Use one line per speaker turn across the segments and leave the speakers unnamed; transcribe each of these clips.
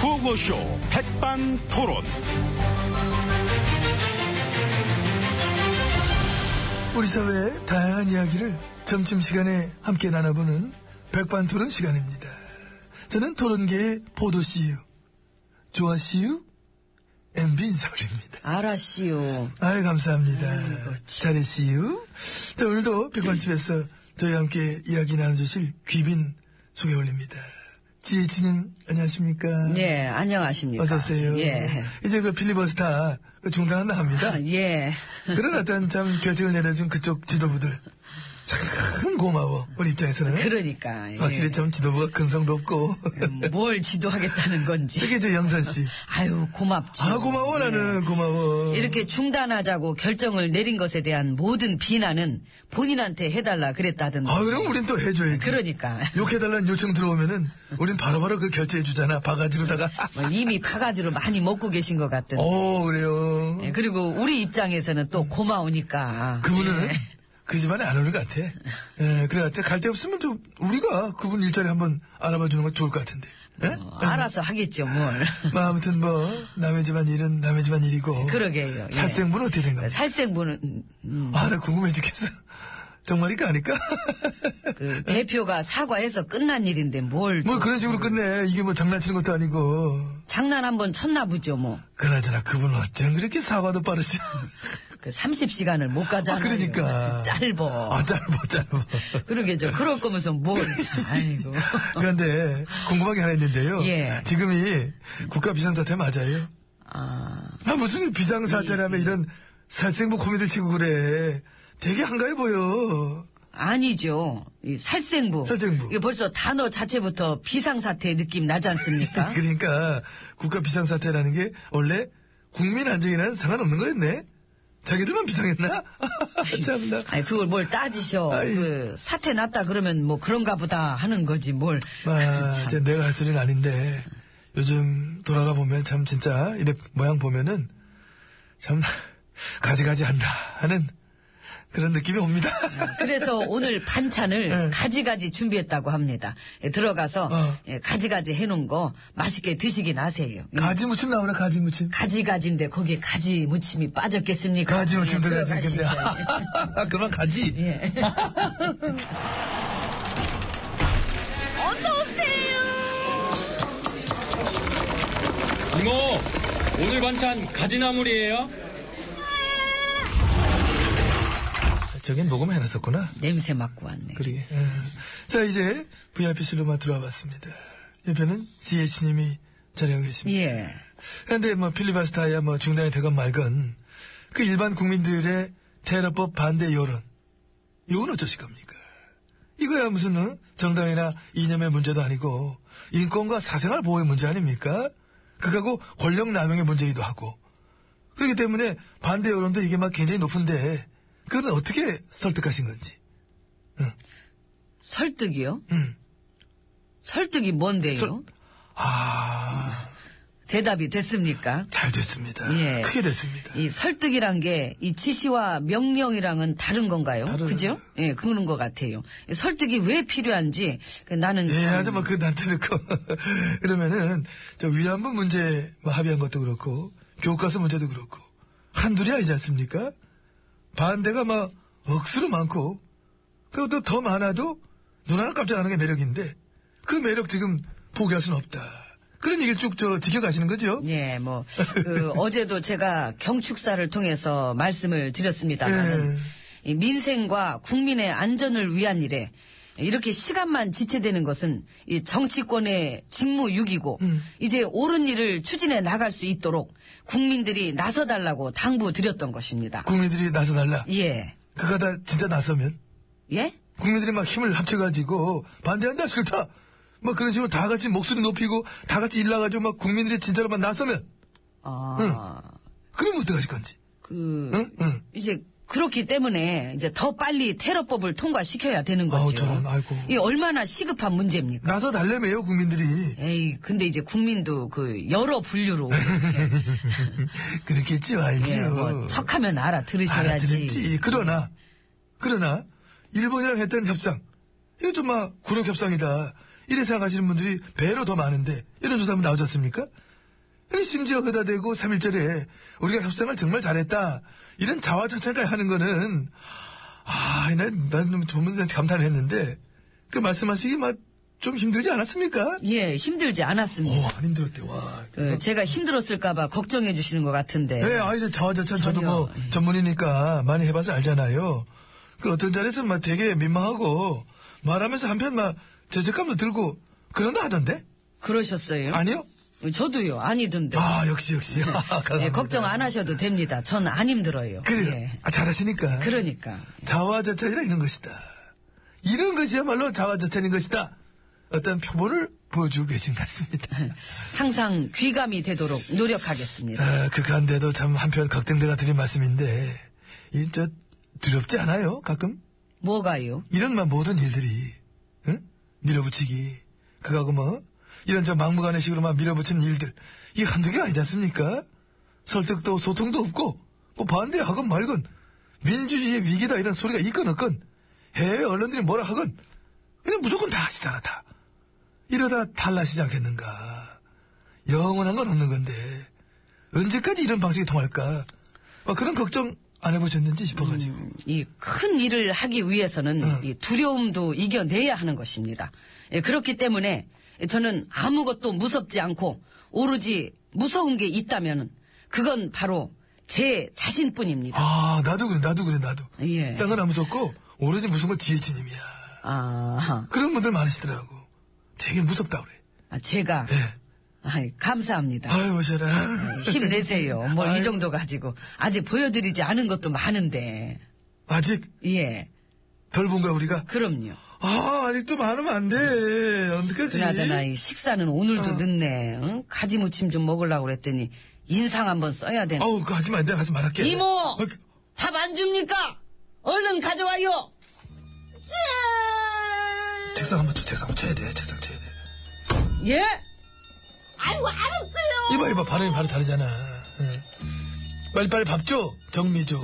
구호쇼 백반토론.
우리 사회의 다양한 이야기를 점심시간에 함께 나눠보는 백반토론 시간입니다. 저는 토론계의 포도씨유, 조아씨유, MB 인사울입니다.
알았시요.
아유 감사합니다.
아이고, 참.
잘했시유. 자 오늘도 백반집에서 저희와 함께 이야기 나눠주실 귀빈 소개 올립니다. 지혜진님 안녕하십니까?
예, 안녕하십니까.
어서오세요.
예.
이제 그 필리버스타 중단한다 합니다.
예.
그런 어떤 참 결정을 내려준 그쪽 지도부들. 참 고마워. 우리 입장에서는.
그러니까. 예.
확실히 참 어, 지도부가 근성도 없고.
음, 뭘 지도하겠다는 건지.
특히 저 영선씨.
아유, 고맙지.
아, 고마워, 나는. 고마워.
네. 이렇게 중단하자고 결정을 내린 것에 대한 모든 비난은 본인한테 해달라 그랬다던데.
아, 그럼 우린 또 해줘야지.
그러니까.
욕해달라는 요청 들어오면은, 우린 바로바로 그 결제해주잖아. 바가지로다가.
뭐 이미 파가지로 많이 먹고 계신 것 같은.
오, 어, 그래요.
예, 그리고 우리 입장에서는 또 고마우니까.
그분은
예.
그 집안에 안 오는 것 같아. 예, 그래 같아. 갈 데 없으면 좀, 우리가 그분 일자리 한번 알아봐 주는 건 좋을 것 같은데. 예?
어, 알아서 하겠죠, 뭘.
뭐 아무튼 뭐 남의 집안 일은 남의 집안 일이고
그러게요, 예.
살생분 어떻게 된 겁니까?
살생부는, 음, 음.
아 나 궁금해 죽겠어 정말일까 아닐까?
그 대표가 사과해서 끝난 일인데 뭘.
뭐
또
그런 식으로 끝내 이게 뭐 장난치는 것도 아니고
장난 한 번 쳤나 보죠, 뭐.
그나저나 그분 어쩜 그렇게 사과도 빠르시
그 30시간을 못
아,
가잖아요.
그러니까
짧어.
아 짧아 짧아
그러게죠. 그럴 거면서 뭘. 아이고.
그런데 궁금한 게 하나 있는데요
예.
지금이 국가 비상사태 맞아요?
아, 예,
아 무슨 비상사태라며 이런 살생부 고민들 치고 그래 되게 한가해 보여
아니죠. 이 살생부.
살생부.
이게 벌써 단어 자체부터 비상사태 느낌 나지 않습니까?
그러니까 국가 비상사태라는 게 원래 국민 안정이랑 상관없는 거였네? 자기들만 비상했나? 참나.
아니, 그걸 뭘 따지셔.
아이.
그, 사태 났다 그러면 뭐 그런가 보다 하는 거지, 뭘.
아,
참.
이제 내가 할 소리는 아닌데 요즘 돌아가 보면 참 진짜 이래 모양 보면은 참 가지가지 한다 하는 그런 느낌이 옵니다.
그래서 오늘 반찬을 가지가지 준비했다고 합니다. 예, 들어가서
네. 어.
예, 가지가지 해놓은 거 맛있게 드시긴 하세요. 예,
가지 무침 나오나 가지 무침.
가지가지인데 거기에 가지 무침이 빠졌겠습니까?
가지 무침
예,
들어가지
들어가시죠.
않겠냐. 그만 가지.
예.
이모, 뭐, 오늘 반찬 가지나물이에요?
저긴 녹음해놨었구나.
냄새 맡고 왔네.
그러게. 예. 자, 이제 VIP실로 만 들어와 봤습니다. 옆에는 지혜씨님이 자리하고 계십니다.
예.
그런데 뭐 필리바스타야 뭐 중단이 되건 말건 그 일반 국민들의 테러법 반대 여론 이건 어쩌실 겁니까? 이거야 무슨 어? 정당이나 이념의 문제도 아니고 인권과 사생활 보호의 문제 아닙니까? 그거하고 권력 남용의 문제이기도 하고 그렇기 때문에 반대 여론도 이게 막 굉장히 높은데 그건 어떻게 설득하신 건지
설득이요?
음.
설득이 뭔데요?
설- 아...
대답이 됐습니까?
잘 됐습니다.
예.
크게 됐습니다.
이 설득이란 게 이 지시와 명령이랑은 다른 건가요?
다르-
그죠? 예, 그런 것 같아요. 이 설득이 왜 필요한지 그 나는
예,
참-
하여뭐 그, 나한테 듣고. 그러면은, 저 위안부 문제 뭐 합의한 것도 그렇고, 교과서 문제도 그렇고, 한둘이 아니지 않습니까? 반대가 막 억수로 많고, 그것도 더 많아도 눈하나 깜짝 하는 게 매력인데, 그 매력 지금 포기할 수는 없다. 그런 얘기를 쭉 저 지켜가시는 거죠?
예, 뭐, 그, 어제도 제가 경축사를 통해서 말씀을
예.
드렸습니다만, 이 민생과 국민의 안전을 위한 일에 이렇게 시간만 지체되는 것은 이 정치권의 직무유기고,
음.
이제 옳은 일을 추진해 나갈 수 있도록 국민들이 나서달라고 당부드렸던 것입니다.
국민들이 나서달라.
예.
그거 다 진짜 나서면?
예?
국민들이 막 힘을 합쳐가지고 반대한다 싫다 막 그런 식으로 다 같이 목소리 높이고 다 같이 일나가지고 막 국민들이 진짜로 막 나서면
아,
그럼 어떡하실 건지
그,
응? 응.
이제 그렇기 때문에 이제 더 빨리 테러법을 통과시켜야 되는 거죠.
아우, 저런, 아이고.
이게 얼마나 시급한 문제입니까?
나서 달래매요 국민들이
에이, 근데 이제 국민도 그 여러 분류로
그렇겠지
예, 뭐
알지요
척하면 알아 들으셔야지.
어. 알아들었지 예, 그러나 그러나 일본이랑 했던 협상 이거 좀 막 굴욕 협상이다 이래 생각하시는 분들이 배로 더 많은데 이런 조사 한번 나오셨습니까? 아니, 심지어 그다 대고 3.1절에 우리가 협상을 정말 잘했다. 이런 자화자찬까지 하는 거는, 아, 난, 난 보면서 감탄을 했는데, 그 말씀하시기 막, 좀 힘들지 않았습니까?
예, 힘들지 않았습니다.
오, 안 힘들었대, 와.
어, 제가 힘들었을까봐 걱정해 주시는 것 같은데.
네, 아, 이제 자화자찬 저도
예. 전혀,
뭐
예.
전문이니까 많이 해봐서 알잖아요. 그 어떤 자리에서 막 되게 민망하고 말하면서 한편 막 죄책감도 들고 그런다 하던데?
그러셨어요?
아니요?
어, 저도요. 아니던데.
아, 역시, 역시. 아,
예,
감사합니다.
걱정 안 하셔도 됩니다. 전 안 힘들어요.
그래요.
예.
아, 잘하시니까.
그러니까.
자화자찬이라 이런 것이다. 이런 것이야말로 자화자찬인 것이다. 어떤 표본을 보여주고 계신 것 같습니다.
항상 귀감이 되도록 노력하겠습니다.
아, 그간데도 참 한편 걱정돼가 드린 말씀인데, 이, 저, 두렵지 않아요? 가끔?
뭐가요?
이런 막 모든 일들이 응? 밀어붙이기 그거하고 뭐 이런 저 막무가내 식으로 막 밀어붙이는 일들 이게 한두 개가 아니지 않습니까? 설득도 소통도 없고 뭐 반대하건 말건 민주주의의 위기다 이런 소리가 있건 없건 해외 언론들이 뭐라 하건 그냥 무조건 다 하시잖아 다 이러다 탈라시지 않겠는가 영원한 건 없는 건데 언제까지 이런 방식이 통할까 막 그런 걱정 안 해보셨는지 싶어가지고
이 큰 일을 하기 위해서는
네.
이 두려움도 이겨내야 하는 것입니다. 예, 그렇기 때문에 저는 아무것도 무섭지 않고 오로지 무서운 게 있다면 그건 바로 제 자신뿐입니다.
아, 나도 그래, 나도 그래, 나도.
예.
딴 건 안 무섭고, 오로지 무슨 건 지혜진님이야.
아,
그런 분들 많으시더라고. 되게 무섭다 그래.
아, 제가
예.
아이, 감사합니다.
아유, 네. 오셔라.
힘내세요. 뭘 이 정도 가지고 아직 보여드리지 않은 것도 많은데
아직
예,
덜 본가, 우리가?
그럼요.
아, 아직도 많으면 안 돼. 언제까지?
그나저나 이 식사는 오늘도
어.
늦네. 응? 가지 무침 좀 먹으려고 그랬더니 인상 한번 써야 되나?
아우, 그거 하지 마. 내가 가서 말할게.
이모!
어,
밥 안 줍니까? 얼른 가져와요.
책상 한번 쳐, 책상 한번 쳐야 돼, 책상 쳐야 돼.
예?
이봐, 이봐, 발음이 바로 다르잖아. 응. 빨리빨리 밥 줘. 정미 줘.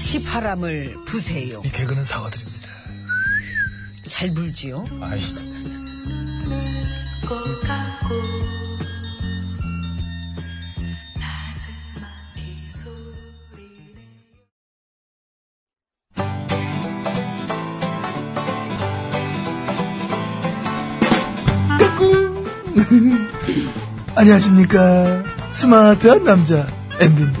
피바람을 부세요.
이 개그는 사과드립니다.
잘 불지요?
아이. 안녕하십니까. 스마트한 남자, MB입니다.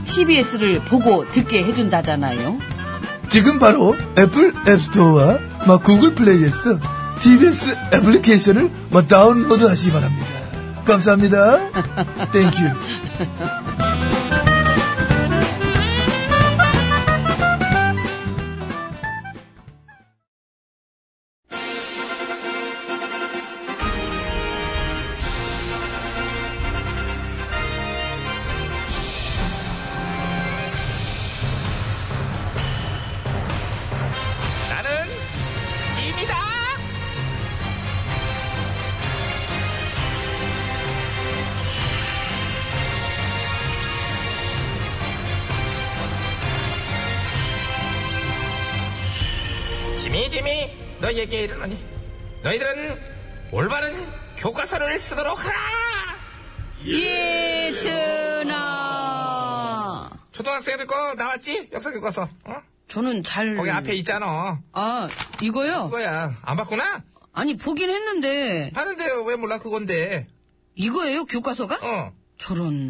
TBS를 보고 듣게 해준다잖아요.
지금 바로 애플 앱스토어와 막 구글 플레이에서 TBS 애플리케이션을 막 다운로드 하시기 바랍니다. 감사합니다. 땡큐.
나는 짐이다.
지미 지미 너희에게 이르노니 너희들은 올바른 교과서를 쓰도록 하라
예준아.
초등학생들 거 나왔지 역사 교과서 어?
저는 잘.
거기 앞에 있잖아 어.
아 이거요?
그거야 안 봤구나
아니 보긴 했는데
봤는데 왜 몰라 그건데
이거예요 교과서가?
음. 어저왜왜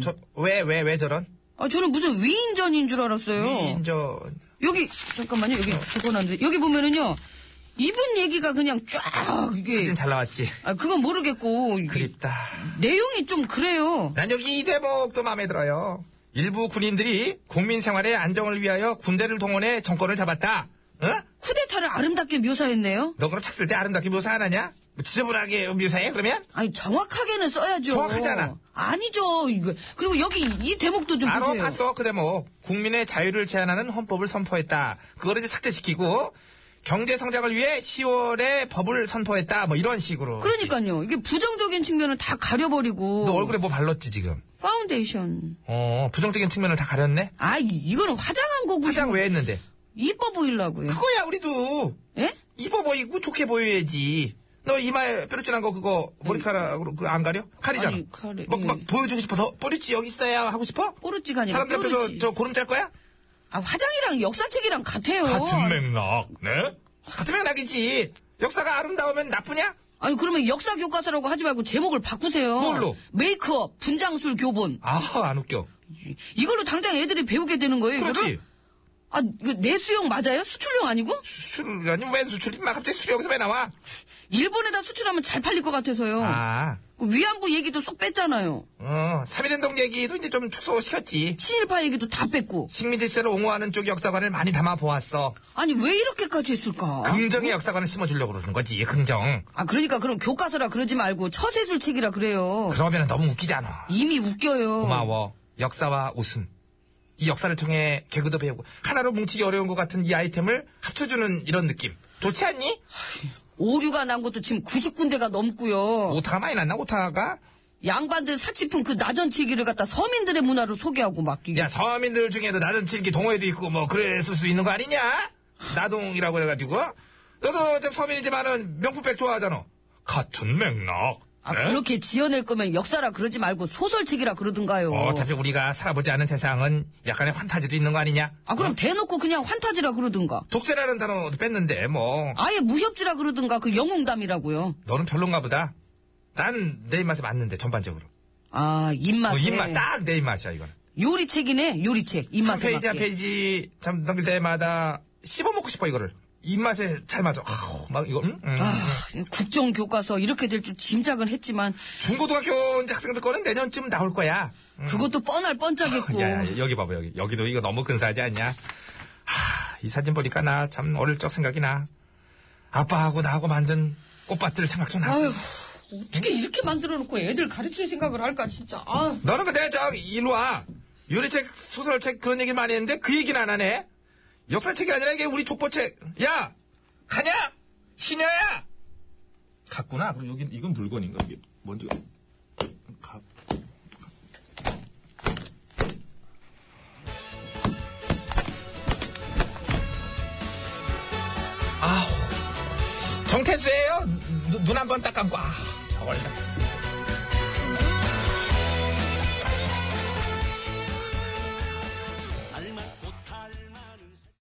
저런. 저...
왜 왜 저런
아 저는 무슨 위인전인 줄 알았어요.
위인전
여기 잠깐만요 여기 적어놨는데 여기 보면은요 이분 얘기가 그냥 쫙 이게
사진 잘 나왔지
아 그건 모르겠고 이게
그립다
내용이 좀 그래요.
난 여기 이 대목도 마음에 들어요. 일부 군인들이 국민 생활의 안정을 위하여 군대를 동원해 정권을 잡았다. 어?
쿠데타를 아름답게 묘사했네요.
너 그럼 찼을 때 아름답게 묘사 안 하냐? 뭐 지저분하게 묘사해 그러면?
아니 정확하게는 써야죠.
정확하잖아.
아니죠. 이거. 그리고 여기 이 대목도 좀
알어
보세요.
봤어 그 대목 국민의 자유를 제한하는 헌법을 선포했다 그거를 이제 삭제시키고 경제 성장을 위해 10월에 법을 선포했다 뭐 이런 식으로
그러니까요. 이게 부정적인 측면은 다 가려버리고.
너 얼굴에 뭐 발랐지 지금
파운데이션.
어 부정적인 측면을 다 가렸네
아 이- 이거는 화장한 거고.
화장 왜 했는데
이뻐 보이려고요.
그거야 우리도
예?
입어 보이고 좋게 보여야지 너 이마에 뾰루지난 거 그거 머리카락으로 그거 안 가려? 칼이잖아
아니, 칼이-
막,
예.
막 보여주고 싶어 더 뾰루지 여기 있어야 하고 싶어?
꼬르찌가 아니라
사람들
꼬르찌.
앞에서 저 고름 짤 거야?
아 화장이랑 역사책이랑 어, 같아요.
맥락 네? 같은 맥락이지 역사가 아름다우면 나쁘냐?
아니 그러면 역사 교과서라고 하지 말고 제목을 바꾸세요.
뭘로?
메이크업 분장술 교본.
아안 웃겨
이- 이걸로 당장 애들이 배우게 되는 거예요.
그렇지
이거를? 아 이거 내수용 맞아요? 수출용 아니고?
수출이라니 웬 수출이 막 갑자기 수출이 여기서 왜 나와?
일본에다 수출하면 잘 팔릴 것 같아서요.
아,
그 위안부 얘기도 쏙 뺐잖아요.
어, 3.1운동 얘기도 이제 좀 축소시켰지.
친일파 얘기도 다 뺐고.
식민지 시절을 옹호하는 쪽 역사관을 많이 담아보았어.
아니 왜 이렇게까지 했을까?
긍정의 역사관을 심어주려고 그러는 거지, 긍정.
아 그러니까 그럼 교과서라 그러지 말고 처세술책이라 그래요.
그러면 너무 웃기잖아.
이미 웃겨요.
고마워. 역사와 웃음. 이 역사를 통해 개그도 배우고 하나로 뭉치기 어려운 것 같은 이 아이템을 합쳐주는 이런 느낌. 좋지 않니?
오류가 난 것도 지금 90군데가 넘고요.
오타가 많이 났나, 오타가?
양반들 사치품 그 나전치기를 갖다 서민들의 문화로 소개하고 막 이게
야, 서민들 중에도 낮은 칠기 동호회도 있고 뭐 그랬을 수 있는 거 아니냐? 나동이라고 해가지고 너도 좀 서민이지만은 명품백 좋아하잖아. 같은 맥락.
아,
네?
그렇게 지어낼 거면 역사라 그러지 말고 소설책이라 그러든가요.
어차피 우리가 살아보지 않은 세상은 약간의 환타지도 있는 거 아니냐? 어?
아 그럼 대놓고 그냥 환타지라 그러든가.
독재라는 단어도 뺐는데 뭐
아예 무협지라 그러든가 그 영웅담이라고요.
너는 별론가 보다. 난 내 입맛에 맞는데 전반적으로.
아 입맛.
어, 입맛 딱 내 입맛이야 이거는.
요리책이네 요리책
한
입맛에
페이지 한
맞게.
페이지 참 넘길 때마다 씹어 먹고 싶어 이거를. 입맛에 잘 맞아. 아우, 막 이거 음? 음.
아, 국정 교과서 이렇게 될 줄 짐작은 했지만
중고등학교 이제 학생들 거는 내년쯤 나올 거야.
그것도 뻔할 뻔짝했고.
음. 야, 야, 여기 봐봐, 여기. 여기도 이거 너무 근사하지 않냐? 하, 이 사진 보니까 나 참 어릴 적 생각이 나. 아빠하고 나하고 만든 꽃밭들 생각 좀 나.
아휴 어떻게 이렇게 만들어 놓고 애들 가르칠 생각을 할까 진짜. 아
너는 근데 저, 일로 와. 요리책, 소설책 그런 얘기 많이 했는데 그 얘기는 안 하네. 역사책이 아니라 이게 우리 족보책. 야! 가냐? 시녀야! 갔구나. 그럼 여기, 이건 물건인가? 이게 뭔지. 가. 아우. 정태수예요 눈 한 번 딱 감고 아 저걸